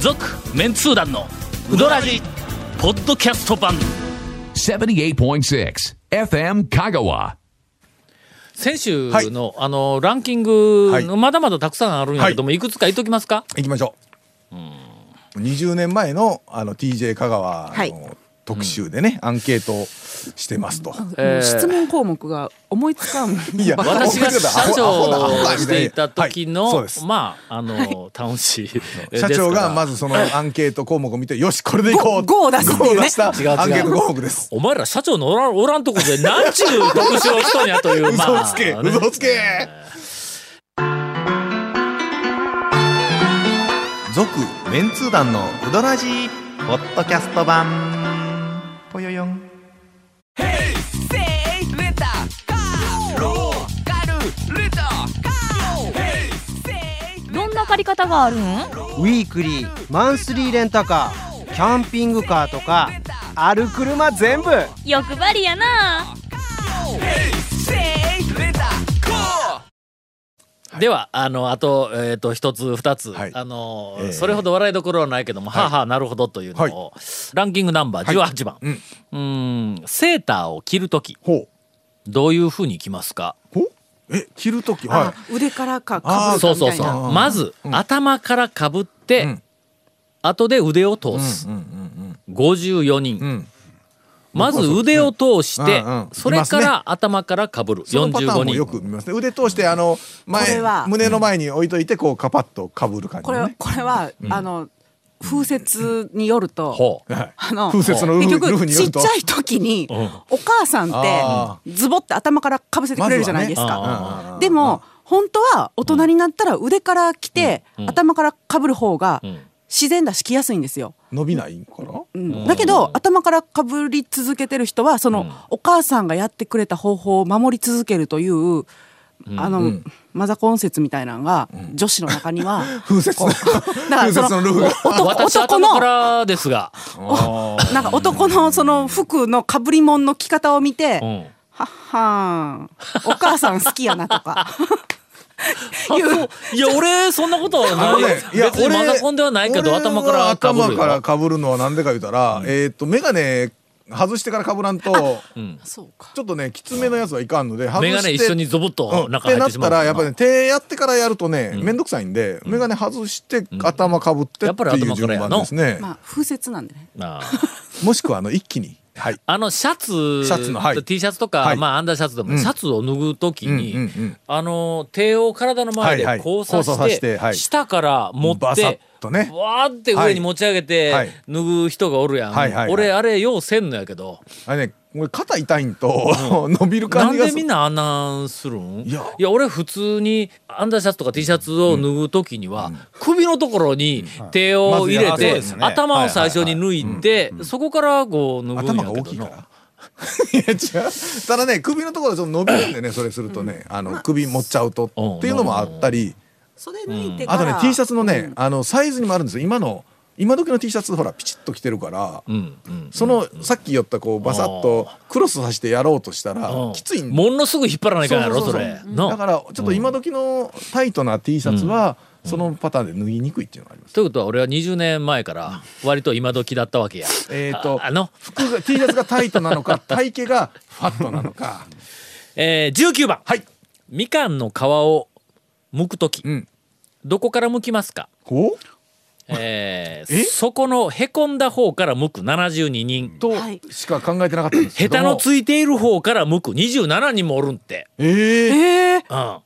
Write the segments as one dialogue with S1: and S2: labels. S1: 続メンツー団のウドラジポッドキャスト版
S2: 78.6 FM Kagawa.
S1: 先週の,、あのランキング、
S3: はい
S1: まだまだたくさんあるんやけども、い、くつか言っときますか
S3: 行きましょう。20年前のあの TJ 香川
S4: はい
S3: の特集でね、アンケートをしてますと。
S1: えー
S4: 質問項目が思いつかん
S3: い や
S1: 私が社長をしていた時
S3: はいそ
S1: の、
S3: うです
S1: まああの楽しい
S3: 社長がま
S1: ず
S3: ず そのアンケート項目を見て、よしこれでいこう。
S4: ゴゴーを出すっていう
S3: ゴ
S4: ね
S3: ーを出した
S1: 違う違う
S3: アンケート項目です。
S1: お前ら社長のおらんおらんとこで何ちゅう特集をしとんやというま
S3: 嘘
S1: あ
S3: をつけ、
S1: ね
S3: 嘘をつけ。
S5: 続メンツー団のウドラジーポッドキャスト版ぽよよん
S6: どんな借り方があるん
S7: ウィークリーマンスリーレンタカーキャンピングカーとかある車全部
S6: 欲張りやな
S1: ではあのあと,、えー、と一つ二つ、
S3: はい
S1: あの
S3: えー
S1: それほど笑いどころはないけども、はあはあなるほどというのを、ランキングナンバー18番、
S3: うん
S1: うーんセーターを着る時
S3: ほう。
S1: どういうふうに着ますか
S3: ほうえ、着るとき、
S4: あ
S3: は
S4: 腕からか
S3: あ
S4: か
S3: ー
S4: ぶ
S1: そ
S4: る
S1: う
S4: か
S1: そう
S4: みたい
S1: そ
S4: な
S1: うまず、頭からかぶって、
S3: うん
S1: 後で腕を通
S3: い。
S1: す
S3: う、んうん
S1: 54人、
S3: うんうん。
S1: まず腕を通して、
S3: うんうん
S1: それか
S3: います
S1: ら頭からかぶる、
S3: そのパター
S1: 45
S3: ンもよ
S1: 人
S3: く見ますね。腕通してあの
S4: こ
S3: 前
S4: れは
S3: 胸の前に置いといてこうカパッと被る感じ
S4: これ
S3: の
S4: は
S3: ね。
S4: これは、あの風雪によると、
S1: ほう
S3: はい
S4: あの
S3: 風雪のル
S4: 結
S3: ールーフ
S4: 局
S3: によ
S4: ちっ
S3: る
S4: ち
S3: と。
S4: ゃい時にお母さん
S3: あ
S4: ってズボって頭からかぶせてくれるじゃないです
S1: まずはね
S4: か。
S3: あー
S4: でも本当は大人になったら腕から来て、頭からかぶる方が
S1: ん
S4: 自然だし着やすいんですよ。
S3: 伸びないんかな。
S4: うんだけど頭からかぶり続けてる人はその、お母さんがやってくれた方法を守り続けるという、あの、マザコン説みたいなのが、女子の中には
S3: 風雪の
S4: だから
S3: 風
S4: そ
S3: 雪の
S4: の
S3: ルールが。
S4: 男
S1: 私
S4: 男
S1: 頭か
S4: の
S1: らですが、
S4: なんか男のその服のかぶり物の着方を見て、
S1: うん
S4: はっはーんお母さん好きやなとかいう
S1: いや俺そんなことは
S3: あの
S1: ない,、
S3: ねいや
S1: 別にマザコンではないけど
S3: 俺
S1: 頭からかぶる
S3: 頭
S1: よ
S3: から被るのはなんでか言うたら、えーっと眼鏡外してから被らんと
S4: そうか
S3: ちょっとねきつめのやつはいかんので外して
S1: 眼鏡一緒にゾブッ
S3: うん
S1: と
S3: っ
S1: 中
S3: て
S1: 入っ
S3: なって
S1: しま
S3: た
S1: うから
S3: やっぱね手やってからやるとね面倒くさいんで眼鏡外して頭かぶって
S1: や
S3: っ
S1: ってぱり
S3: い
S1: 頭
S3: う
S1: から
S3: 順
S1: や
S3: 番
S1: の
S3: ですね
S4: まあ風雪なんでね
S1: なあ
S3: もしくはあの一気にはい
S1: あのシャツ
S3: シャツのはい
S1: T シャツとか、
S3: はい
S1: まあアンダーシャツでもね、
S3: うん
S1: シャツを脱ぐ時に、
S3: うんうんうん
S1: あの手を体の前で
S3: はいはい
S1: 交差して,、
S3: 交差さしてはい
S1: 下から持って
S3: バサッとね
S1: わーって上に持ち上げて、
S3: はい
S1: 脱ぐ人がおるやん、
S3: はいはいはい
S1: 俺あれようせんのやけど、
S3: あれね俺肩痛いんと 伸び
S1: な
S3: る感
S1: ん
S3: じが
S1: ですみんなあんなんするんい
S3: い
S1: や
S3: や
S1: 俺普通にアンダーシャツとか T シャツを脱ぐ時には、首のところに手を入れ
S5: まずや
S1: て、
S5: るそうですね
S1: 頭を最初に脱いで、そこからこう脱ぐん
S3: 頭
S1: や
S3: が
S1: け
S3: 大き
S1: ど
S3: いから
S1: な。
S3: いや違うただね首のところちょっと伸びるんでねそれするとねあの首持っちゃうとっていうのもあったり
S4: 袖抜いてか
S3: あ
S4: ら、
S3: とね T シャツの
S4: う
S3: ね
S4: ん
S3: あのサイズにもあるんですよ今の今時の T シャツほらピチッと着てるから
S1: うんうん
S3: そのさっき言ったこうバサッとクロスさせてやろうとしたら
S1: うん
S3: きついんで
S1: ものすぐ引っ張らないからやろ
S3: そう
S1: そ
S3: そうそう
S1: れ
S3: だ
S1: な
S3: からちょっと今時のタイトな T シャツはそのパターンで脱ぎにくいっていうのがあります
S1: ということは俺は20年前から割と今時だったわけや
S3: えーと
S1: ああの、
S3: 服が T シャツがタイトなのか体型がファットなのか
S1: えー、19番、
S3: はい
S1: みかんの皮を剥く時、
S3: うん
S1: どこから剥きますか
S3: こう
S1: えー
S3: え
S1: そこのへこんだ方から向く72人
S3: と
S4: はい
S3: しか考えてなかったんです
S1: 下
S3: け
S1: 手
S3: ど
S1: の
S3: も
S1: ついている方から向く27人もおるんって、
S3: ええ
S1: うん、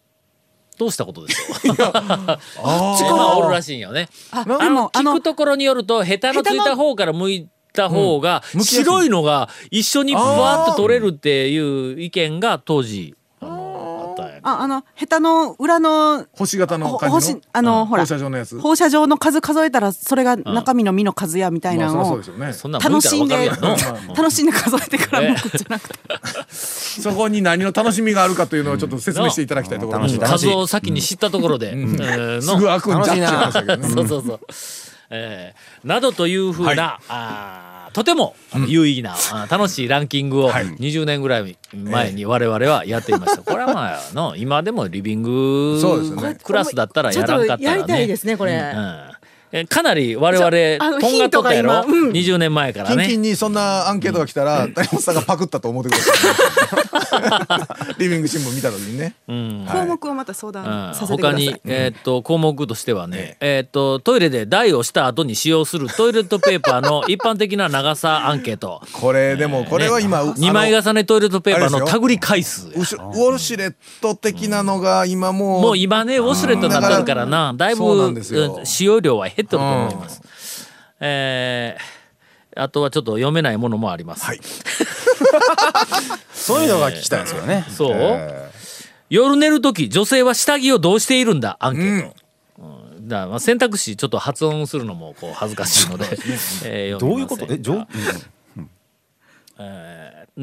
S1: どうしたことでしょう
S3: あー
S1: 今おるらしいんよね
S4: あ
S1: あ
S4: で
S1: の
S4: もあ
S1: 聞
S4: の
S1: くところによると下手のついた方から向いた方が
S3: うん向きやすい
S1: 白いのが一緒にふわっと取れるっていう意見が当時あのあったんやけど
S4: ああのヘタの裏の
S3: 星型の
S4: ほ
S3: 感じ
S4: 星
S3: の
S4: あの、ほら
S3: 放射状のやつ
S4: 放射状の数数えたらそれが中身の身の数やみたい
S3: まあ
S4: な
S3: そりゃ
S4: の
S3: そう
S4: を
S3: ですよね
S1: そんなん向い
S4: 楽
S1: たらわか
S4: しん
S1: る
S4: で
S1: やんの
S4: 楽しんで数えてから
S1: ね
S4: 向くんじゃなくて
S3: そこに何の楽しみがあるかというのをちょっと説明していただきたいところ
S5: 楽しい
S1: 数を先に知ったところで、えーの
S3: すぐ開くんじゃっていう話だけど ね
S1: そうそうそう。えーなどというふうな、あーとても有意義な、あー楽しいランキングを
S3: はい
S1: 20年ぐらい前に我々はやっていました。これはまあの今でもリビング
S3: そうですよね
S1: クラスだったらやらんかったらね。
S8: やりたいですねこれ、
S1: うんえかなり我
S4: ちょあ
S1: 々
S4: の
S1: とんがっとったやろ、
S4: ヒントが今うん
S1: 20年前から
S3: キンキ
S1: ね
S3: ンにそんなアンケートが来たら、谷本さんがパクったと思ってください。リビング新聞見た時にね。はい
S4: 項目はまた相
S1: うん
S4: 談させてくだ
S1: 他
S4: さい、
S1: に、えーっと項目としてはね、えーっとトイレで台をした後に使用するトイレットペーパーの一般的な長さアンケート
S3: これでもこれは今、
S1: 2枚重ねトイレットペーパーの手繰り回数や
S3: ウシュウォシュレット的なのが今もう
S1: もう今ねウォシュレットになってるからなだいぶ
S3: そうなんですよ
S1: うん使用量は減ってると思います、えーあとはちょっと読めないものもあります、
S3: はい
S8: そういうのが聞きたいんですよね。
S1: そう、夜寝る時女性は下着をどうしているんだアンケート、うんだからまあ選択肢ちょっと発音するのもこう恥ずかしいので、 えー読
S8: どうい
S1: みま
S8: う
S1: せ
S8: こ
S1: ん
S8: とえ、じょ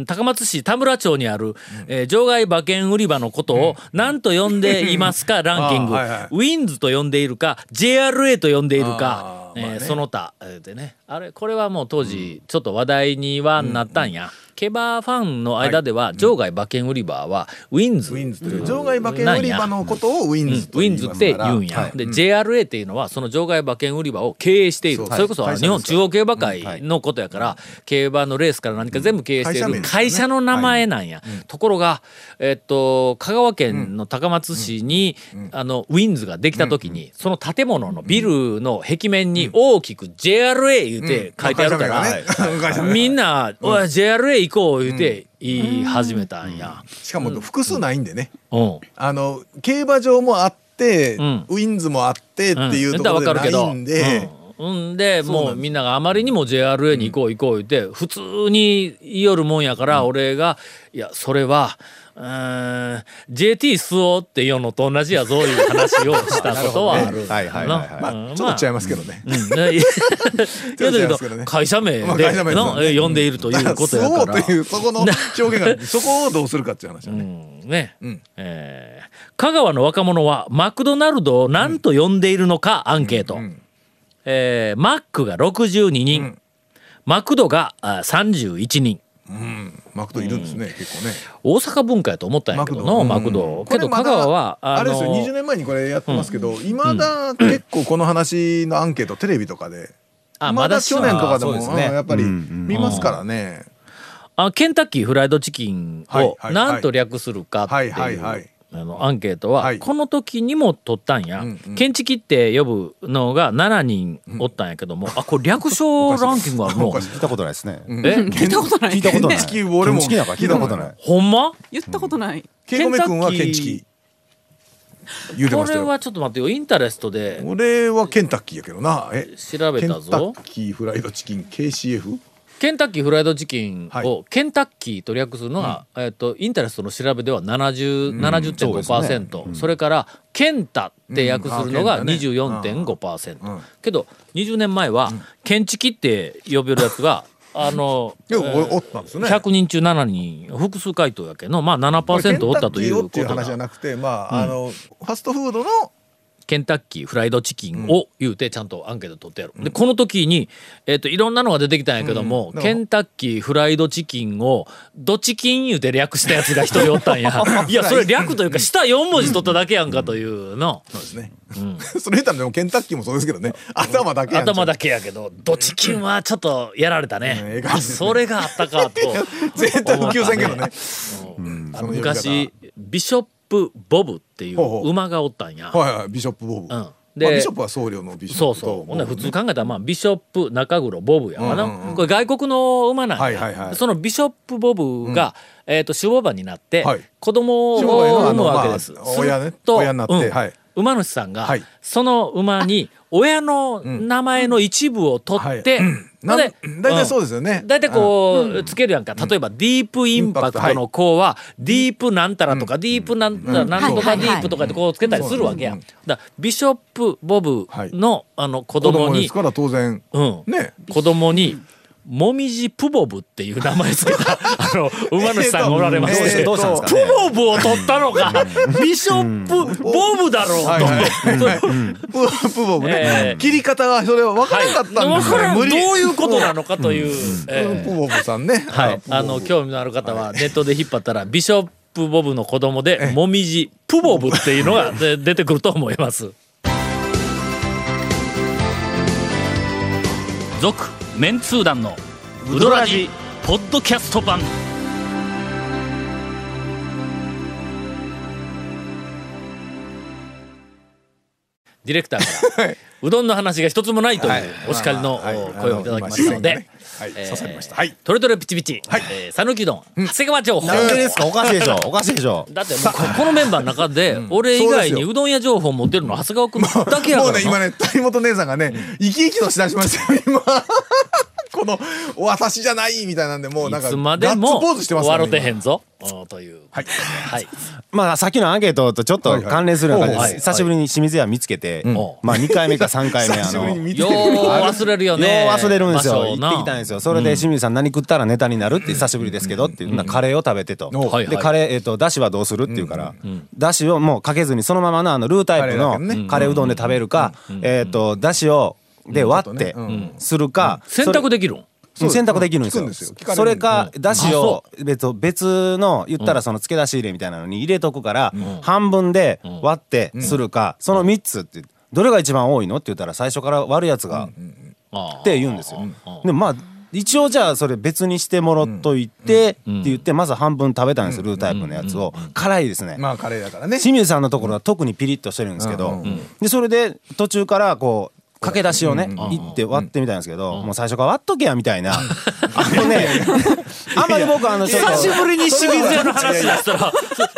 S1: 高松市田村町にある、えー場外馬券売り場のことを何と呼んでいますかランキング、
S3: あーはいはい
S1: ウィンズと呼んでいるか JRA と呼んでいるか、えーその他えーでねあれこれはもう当時ちょっと話題にはなったんや、ケバーファンの間では場外馬券売り場はウィンズ、
S3: ウィンズという場外馬券売り場のことをウィ
S1: うん
S3: ン
S1: ウ
S3: ズと言
S1: ィン
S3: い
S1: ズ
S3: ま
S1: っ
S3: す
S1: て
S3: か
S1: 言
S3: ら
S1: うんや、
S3: はい
S1: で JRA っていうのはその場外馬券売り場を経営している
S3: そう
S1: それこそ
S3: はい
S1: 日本
S3: 会社です
S1: 中央競馬会のことやから、競馬のレースから何か全部経営してい
S3: うん
S1: る
S3: 会社名ですね
S1: 会社の名前なんや、ところが、えっと、香川県の高松市に、あのウィンズができた時に、その建物のビルの壁面に大きく JRA 言うて書いてあるから、
S3: 会社 名がね会社名が
S1: みんな「おい JRA 行こう」言うて言い始めたんや。
S3: しかも複数ないんでね
S1: うん
S3: あの競馬場もあってウ
S1: ん
S3: ィンズもあってっていうところでないんで
S1: うん、うんでもうみんながあまりにも JRA に行こう行こう言って普通に言いよるもんやから俺が「いやそれはうーん JT 吸おう」って言うのと同じやぞいう話をしたこと はある。
S8: はいはいはいはい。
S3: まあ
S1: うん
S3: ちょっと違いますけどね
S1: うん、い やだ
S3: 違い
S1: け
S3: ますけど
S1: ど
S3: ね
S1: 会社名で
S3: まあ会社名ですよ
S1: な
S3: ね
S1: え呼んでいるということや
S3: そ
S1: か
S3: うと
S1: ら。
S3: いうそこの表 現がそこをどうするかっていう話だ
S1: う
S3: ね
S1: んね、
S3: ん
S1: えー香川の若者はマクドナルドを何と呼んでいるのかアンケート、えーマックが62人、マクドがあ31人
S3: マクドいるんですね結構ね
S1: 大阪文化やと思ったんやけどのマ
S3: マ
S1: ク
S3: ク
S1: ド,、
S3: こ
S1: け
S3: れ
S1: ど
S3: ま
S1: 香
S3: だ
S1: 川は
S3: あれですよ
S1: の
S3: 20年前にこれやってますけどいまだ結構この話のアンケートテレビとかで
S1: あ
S3: まだ去年とかでも
S8: あそうです
S3: うん
S8: ね
S3: やっぱり見ますからね
S1: あケンタッキーフライドチキン
S3: はい
S1: を
S3: はい
S1: 何と略するかっていう、
S3: はいはいはい
S1: あのアンケートは、
S3: はい
S1: この時にも取ったんや、
S3: うんうん
S1: 建築って呼ぶのが7人おったんやけども、あこれ略称ランキングある の
S8: 聞いたことないですね。
S1: え
S4: 聞いたことない
S8: 聞いたことない。
S3: 建築俺も
S8: 建築なんか聞いたことない。
S1: ほんま
S4: 言ったことない、
S3: ケイコメ君は
S1: ケン
S3: 建
S1: タッキ
S3: 築言うて
S1: こ
S3: ました
S1: れ
S3: よ
S1: はちょっと待ってよインタレストで
S3: 俺はケンタッキーやけどなえ
S1: 調べ
S3: ケンタ
S1: たぞ
S3: ッキーフライドチキン KCF
S1: ケンタッキーフライドチキン
S3: は
S1: を
S3: い
S1: ケンタッキーと略するのが、えっとインタレストの調べでは70 70.5%、それからケンタって訳するのが
S3: うんあケンタね
S1: 24.5%、
S3: うんうん
S1: けど20年前は、建築って呼べるやつ があの、
S3: いや
S1: えー
S3: おおったんですね
S1: 100人中7人複数回答やけのまあ7%おったというこ
S3: ケンタッキーをっていう
S1: と
S3: 話じゃ
S1: が
S3: なくてまああのファストフードの
S1: ケンタッキーフライドチキンを言うてちゃんとアンケート取ってやる、でこの時に、えっといろんなのが出てきたんやけども、
S3: うん
S1: ケンタッキーフライドチキンをどチキン言うて略したやつが一人おったんや いやそれ略というか下4文字取っただけやんかというの、
S3: そうですね それ言ったらでもケンタッキーもそうですけどね頭だけやんちゃう
S1: 頭だけやけどどチキンはちょっとやられた
S3: うんえ
S1: ね
S3: え、感じですね
S1: それがあった かと
S3: 絶対普及せんけどね
S1: あの
S3: その呼び方
S1: 昔ビショップボブってい
S3: ほうほ
S1: う
S3: う
S1: 馬がおったんや。
S3: はいはいビショップボブ
S1: うんで
S3: でビショップは僧侶のビシ
S1: そ
S3: ョッ
S1: う
S3: プ
S1: そ
S3: と
S1: うほんなら普通考えたらまあビショップ中黒ボブやわな、
S3: うんうんうん
S1: これ外国の馬なんや、
S3: はいはいはい
S1: そのビショップボブが、えー、と守護馬になって
S3: はい
S1: 子供を
S3: 守護馬の
S1: 産
S3: あ
S1: む
S3: の
S1: わけです。
S3: まあ
S1: す
S3: 親
S1: る
S3: ね
S1: と
S3: 親になって
S1: うん
S3: はい
S1: 馬主さんが、
S3: はい
S1: その馬に親の名前の一部を取って、
S3: はい
S1: ほんで
S3: なん大体そうですよね
S1: ん大体こう、つけるやんか例えばディープインパクトの子はディープなんたらとか、ディープなんたらなんとかディープとかってこうつけたりするわけや、ん、だからビショップボブの,、あの子
S3: 子
S1: 供
S3: 供で
S1: に
S3: すから当然
S1: うん
S3: ね
S1: 子供にもみじプボブっていう名前つけ たあの馬主さんがおられまし
S3: え
S1: て、
S3: ーとどうしたんです
S8: か
S1: プボブを取ったのかビショップボブだろうと。
S3: はいはいはいプープーボブ
S1: えー
S3: ね切り方がそれは分からなかったんですよ
S1: わからんど
S3: 無
S1: う
S3: 理
S1: いうことなのかという、えー
S3: プーボブさんね
S1: はい、あの興味のある方はネットで引っ張ったら、ビショップボブの子供でもみじ プボブっていうのがで出てくると思います。続メンツー団のウドラジポッドキャスト版ディレクター からうどんの話が一つもないというお叱りの
S3: はい
S1: お声をいただきましたので
S3: はい、
S1: えー
S3: 刺さりました。はい。
S1: トレトレピチピチえー讃岐うどん長谷川情報
S8: なんでですかおかしいでしょおかしいでしょ
S1: だってもうここのメンバーの中で俺以外にうどん屋情報持ってるの長谷川君だけやか
S3: も
S1: ら
S3: うね、今
S1: な
S3: ね、 谷本姉さんがね、生き生きとしだしましたよ、今。 この、私じゃないみたいなんで、もうなん
S1: い
S3: か、
S1: つまで
S3: ガッ
S1: も
S3: ツポーズして
S1: 終
S3: ます
S1: わろてへ
S3: ん。
S1: んぞうんというはいはい
S8: まあさっきのアンケートとちょっと関連するような感
S1: はいは
S8: じで
S1: い
S8: す久しぶりに清水屋見つけて
S1: ん
S8: まあ2回目か3回目あ
S3: 久しぶりに
S8: の
S3: 見て
S1: よう忘れるよね。。
S8: よう忘れるんですよ行ってきたんですすよそれで清水さん何食ったらネタになるって久しぶりですけどっていうなカレーを食べてと
S1: はいはい
S8: でカレーえっとだしはどうするっていうからだしをもうかけずにそのままのあのルータイプの
S3: カレーだけね
S8: カレーうどんで食べるかえっとだしをで割ってするか
S1: 選
S8: それ
S1: 択できるん
S3: そう
S8: 選択できるんで
S3: 聞くんですすよ
S8: よ
S3: 聞かれるんで。
S8: それか、だしを
S1: あ
S8: 別別の、言ったらその付け出し入れみたいなのに入れとくから、半分で割ってするか、その3つって、どれが一番多いのって言ったら最初から割るやつが
S1: っ
S8: って言うんですよ。でもまあ、一応じゃあそれ別にしてもろっといて、って言って、まず半分食べたんですよ、ルータイプのやつを。辛いですね。
S3: まあ、カレーだからね。
S8: 清水さんのところは特にピリッとしてるんですけど、でそれで途中からこう駆け出しをね、行って割ってみたんですけど、もう最初から割っとけやみたいな、 あのねあんまり僕あのちょっと
S1: 久しぶりに清水屋の話出したら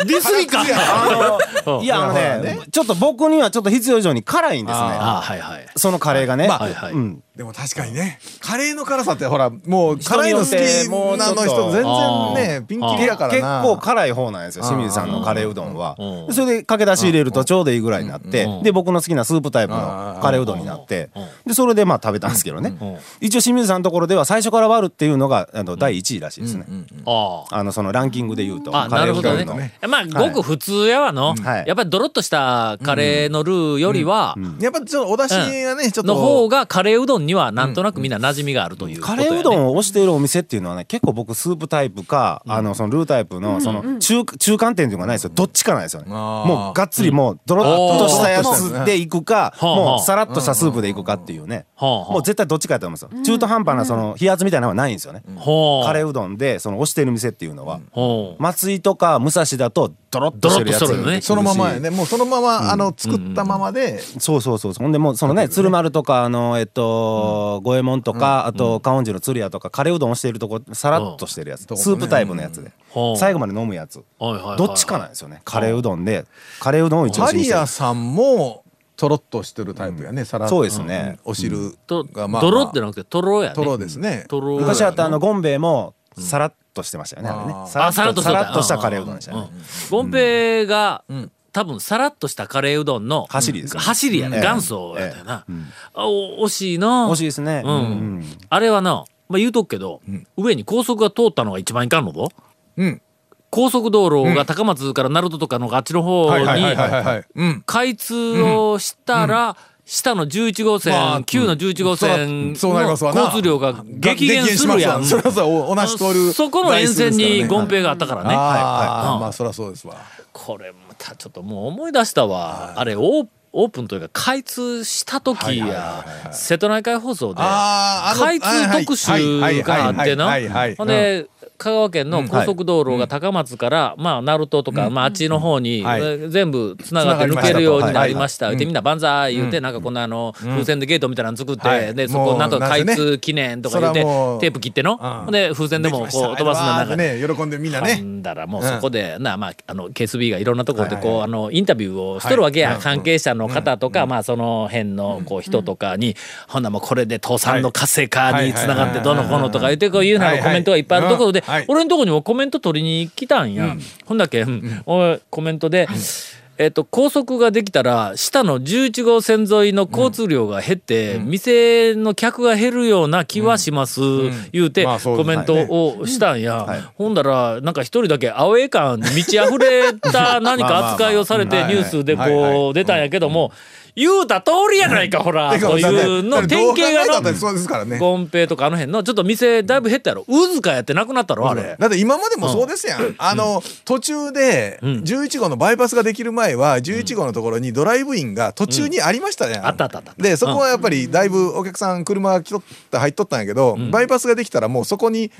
S1: ディスりか。
S8: あのいやあのねちょっと僕にはちょっと必要以上に辛いんですね
S1: あはいはい。
S8: そのカレーがね、
S1: まあはいはい
S8: うん、
S3: でも確かにね、カレーの辛さって、ほら、もう、辛いの好き
S8: 人によって
S3: なの
S8: も
S3: 人、
S8: うちょ
S3: 全
S8: っ
S1: と
S3: 然ね、ピンキリだから
S8: 結
S3: な。
S8: 構辛い方なんですよ清水さんのカレーうどんは
S1: うん
S8: でそれでかけ出し入れるとちょうどいいぐらいになって
S1: うん
S8: で僕の好きなスープタイプのカレーうどんになってでそれでまあ食べたんですけどね一応清水さんのところでは最初から割るっていうのがあの第1位らしいですね
S1: あ
S8: あのそのランキングで言うと
S1: あ。あ、
S8: カ
S1: なる
S8: レー
S1: ほ
S8: うど
S1: ど
S8: んの
S1: ね。まあ、ごく普通やわの。
S8: はい
S1: やっぱりドロッとしたカレーのルーよりは、
S3: やっぱちょっとお出汁がね、ちょっ
S1: の
S3: と。
S1: 方がカレーうどんにはなんとなくみんな馴染みがあるということ
S8: カ
S1: やね。
S8: レーうどんを推しているお店っていうのはね結構僕スープタイプかあのそのルータイプのその中中間点っていうのがないですよどっちかないですよね
S3: あー
S8: もうがっつりもうドロッとしたやつでいくか
S1: うん
S8: もうさらっとしたスープでいくかっていうね
S1: はあはあ
S8: もう絶対どっちかやと思うんですよ中途半端なその冷圧みたいなのはないんですよね
S1: ほう。
S8: カレーうどんでその推してる店っていうのは
S1: ほう。
S8: 松井とか武蔵だとドロッとしてるや
S1: ドロッとしてるよね
S8: つ
S3: そのままやね、もうそのまま、あの、作ったままで、
S8: そうそうそうそうほんでもうそのね鶴丸とかあのえっと五右衛門とかあと観音寺の鶴屋とかカレーうどんをしているとこさらっとしてるやつ
S3: うん
S8: スープタイプのやつで
S1: うん
S8: 最後まで飲むやつ
S1: はいはいはい
S8: どっちかなんですよねカレーうどんでカレーうどんを一応
S3: マリアさんも、とろっとしてるタイプやね、さらっと
S8: そうですね
S3: お汁
S1: と、
S3: が、まあ。
S1: ドロってなくてトロやね。
S3: とろですね。
S1: トロ。
S8: 昔あったあのゴンベイもさらっとしてましたよねあれ
S3: あー
S8: ねさら
S1: あさらっ
S8: っ
S1: と
S8: と
S1: してた
S8: さらっとしたカレーうどんでしたよね
S1: ボンペイが、
S3: ん
S1: 多分さらっとしたカレーうどんの
S8: 走りですね
S1: 走りやね、
S8: ええ
S1: 元祖やったよな、あお惜しいな
S8: 美味しいですね
S1: うん
S8: うん
S1: あれはな、まあ、言うとくけど、上に高速が通ったのが一番いかんのぞ
S3: うん。
S1: 高速道路が高松から鳴門とかのあっちの方
S3: はいはいはいはい
S1: に
S3: はい。うん。
S1: 開通をしたら下の11号線、
S3: まあ
S1: 旧の11号線
S3: そうなり
S1: の
S3: ますわな
S1: 交通量が激減するやん
S3: 激減しますわそれはそう同じ通る
S1: そこの沿線にゴンペ
S3: イ
S1: イがあったからね、
S3: あ
S1: う
S3: あ
S1: ん
S3: まあそりゃそうですわ
S1: これまたちょっともう思い出したわあれオーオープンというか開通した時や瀬戸内海放送で
S3: あーあの
S1: 開通特集があってな
S3: はいはいはいはいはいはい
S1: ほんで香川県の高速道路が高松からまあ鳴門とかまああっちの方に
S3: はい
S1: え全部つながって
S3: つな
S1: 抜
S3: がりまし
S1: け
S3: たと
S1: るようになりました
S3: はいはい
S1: でみんな万歳言うてなんかこんなあの風船でゲートみたいなの作っ
S3: は
S1: て
S3: い
S1: でそこなんとか
S3: もうな
S1: 開
S3: んせね
S1: 通記念とか言うて
S3: それはもう
S1: テープ切っての
S3: うん
S1: ほんで風船でもこう飛ばすのなんか
S3: ね喜んでみんな
S1: 噛
S3: ね
S1: んだらもうそこで、なまああの KSB がいろんなところでこう、あのインタビューをしとるわけや、
S3: はい
S1: 関係者の方とか、まあその辺のこう人とかに、ほんならもうこれで倒産の活性化につながってどうのこうのとか言ってこういうな
S3: はい
S1: の
S3: は
S1: コ
S3: い
S1: メントがいっぱいあるところで、
S3: うんはい
S1: 俺のところにもコメント取りに来たんや、ほんだけ、うんおいコメントで。えっと、高速ができたら下の11号線沿いの交通量が減って、店の客が減るような気はします、言うて、
S3: まあそうで
S1: コ
S3: す
S1: メント
S3: はい
S1: をしたんや、ほんだらなんか一人だけアウェー感満ち溢れた何か扱いをされて
S3: まあまあ
S1: ニュースで
S3: はいはい
S1: こう出たんやけども言うた通りやないか、ほら、
S3: てか
S1: というの、典型
S3: だ
S1: が
S3: って
S1: の、
S3: そうですからね。
S1: ゴンペイとかあの辺の、ちょっと店だいぶ減ったやろ。うずかやってなくなったろ、あれ。
S3: だって今までもそうですやん。あの、途中で、11号のバイパスができる前は、11号のところにドライブインが途中にありましたやん。
S1: あったあったあった
S3: で、そこはやっぱりだいぶお客さん車が来とった、入っとったんやけど、バイパスができたらもうそこに
S1: ん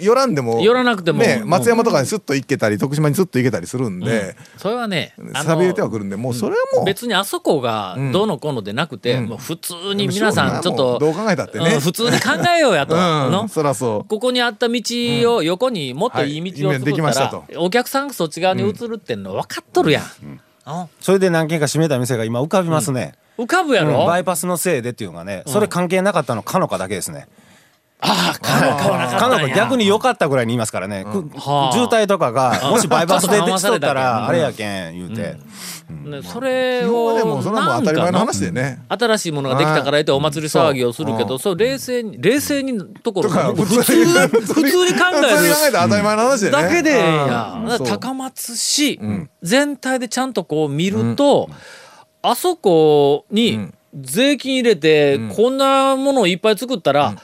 S3: 寄らんでも、
S1: 寄らなくても
S3: ね
S1: う、ん
S3: 松山とかにスッと行けたり、徳島にスッと行けたりするんで、
S1: それはね、あの
S3: 錆びれてはくるんで、もうそれはもう、
S1: 別にあそこがどうのこうのでなくて、もう普通に皆さんちょっ
S3: も
S1: と
S3: うどう考えたってね
S1: うん普通に考えようやと、
S3: う
S1: の
S3: ん、そらそう。
S1: ここにあった道を横にもっといい道を
S3: はい
S1: 作
S3: で
S1: っ
S3: きま
S1: た
S3: した
S1: ら
S3: と、
S1: お客さんがそっち側に移るってんの分かっとるやん、あ
S8: それで何軒か閉めた店が今浮かびますね、
S1: 浮かぶや
S8: うん
S1: ろ、
S8: バイパスのせいでっていうのがねそれ関係なかったのかのかだけですね
S1: ああかのこはなか
S8: か
S1: った
S8: の
S1: ん
S8: か
S1: や
S8: 逆に良かったぐらいに言いますからね、く
S1: はあ
S8: 渋滞とかがもしバイパスでできと
S1: ちょっと緩和
S8: った
S1: されたけど
S8: らあれやけん言うて、
S1: ねそれ
S3: 基本
S1: を
S3: はねもうそれはもう当たり前の話でね。
S1: 新しいものができたから言ってお祭り騒ぎをするけど、そう冷静に冷静にところ
S3: とか
S1: 普通普通に考
S3: 普通に考
S1: え
S3: えたら当たり前の話で
S1: る
S3: ね。
S1: だけでええやん
S3: うん
S1: だか
S3: そ
S1: ら
S3: う
S1: 高松市全体でちゃんとこう見ると、あそこに税金入れて、こんなものをいっぱい作ったら、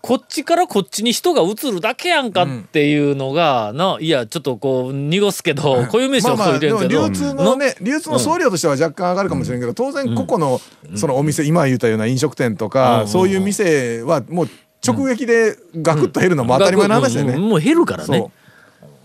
S1: こっちからこっちに人が移るだけやんかっていうのが、ないやちょっとこう濁すけど固有名詞
S3: まあ
S1: を
S3: ま
S1: 添
S3: あ
S1: えて
S3: で
S1: る
S3: も
S1: けど、
S3: 流通のね流通の送料としては若干上がるかもしれんけど当然個々のそのお店今言ったような飲食店と
S1: う
S3: か
S1: ん
S3: そういう店はもう直撃でガクッと減るのも当たり前の話だよ
S1: うん
S3: ね。
S1: もう減るからね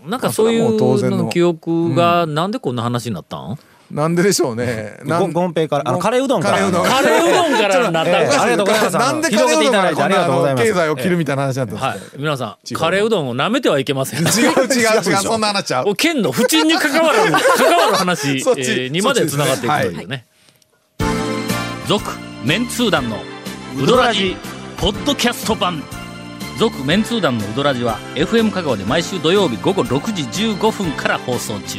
S3: そ
S1: なんかそうい
S3: あそれはもう当然
S1: う
S3: の
S1: の記憶がなんでこんな話になったん、
S3: うなんででしょうね。な
S8: ゴ
S3: ん
S8: ンゴンペイからあのカレーうどんから
S3: カレーうどん
S1: カレーうどんからになったん
S8: ええ
S1: か
S8: ありがとうございます
S3: なんでカレーうどんからこんなあの
S8: 広げて
S3: 経
S8: いただ
S3: 済を切るみたいな話なんですか
S1: はい 皆さん
S3: 違う
S1: カレーうどんを舐めてはいけません
S3: 違う違う違うそんな話ちゃう。
S1: お県の不沈に関わる関わる話、え
S3: そっち
S1: ーにまでつながっていくというね続、メンツー団のウドラジポッドキャスト版続メンツー団のウドラジは FM 香川で毎週土曜日午後6時15分から放送中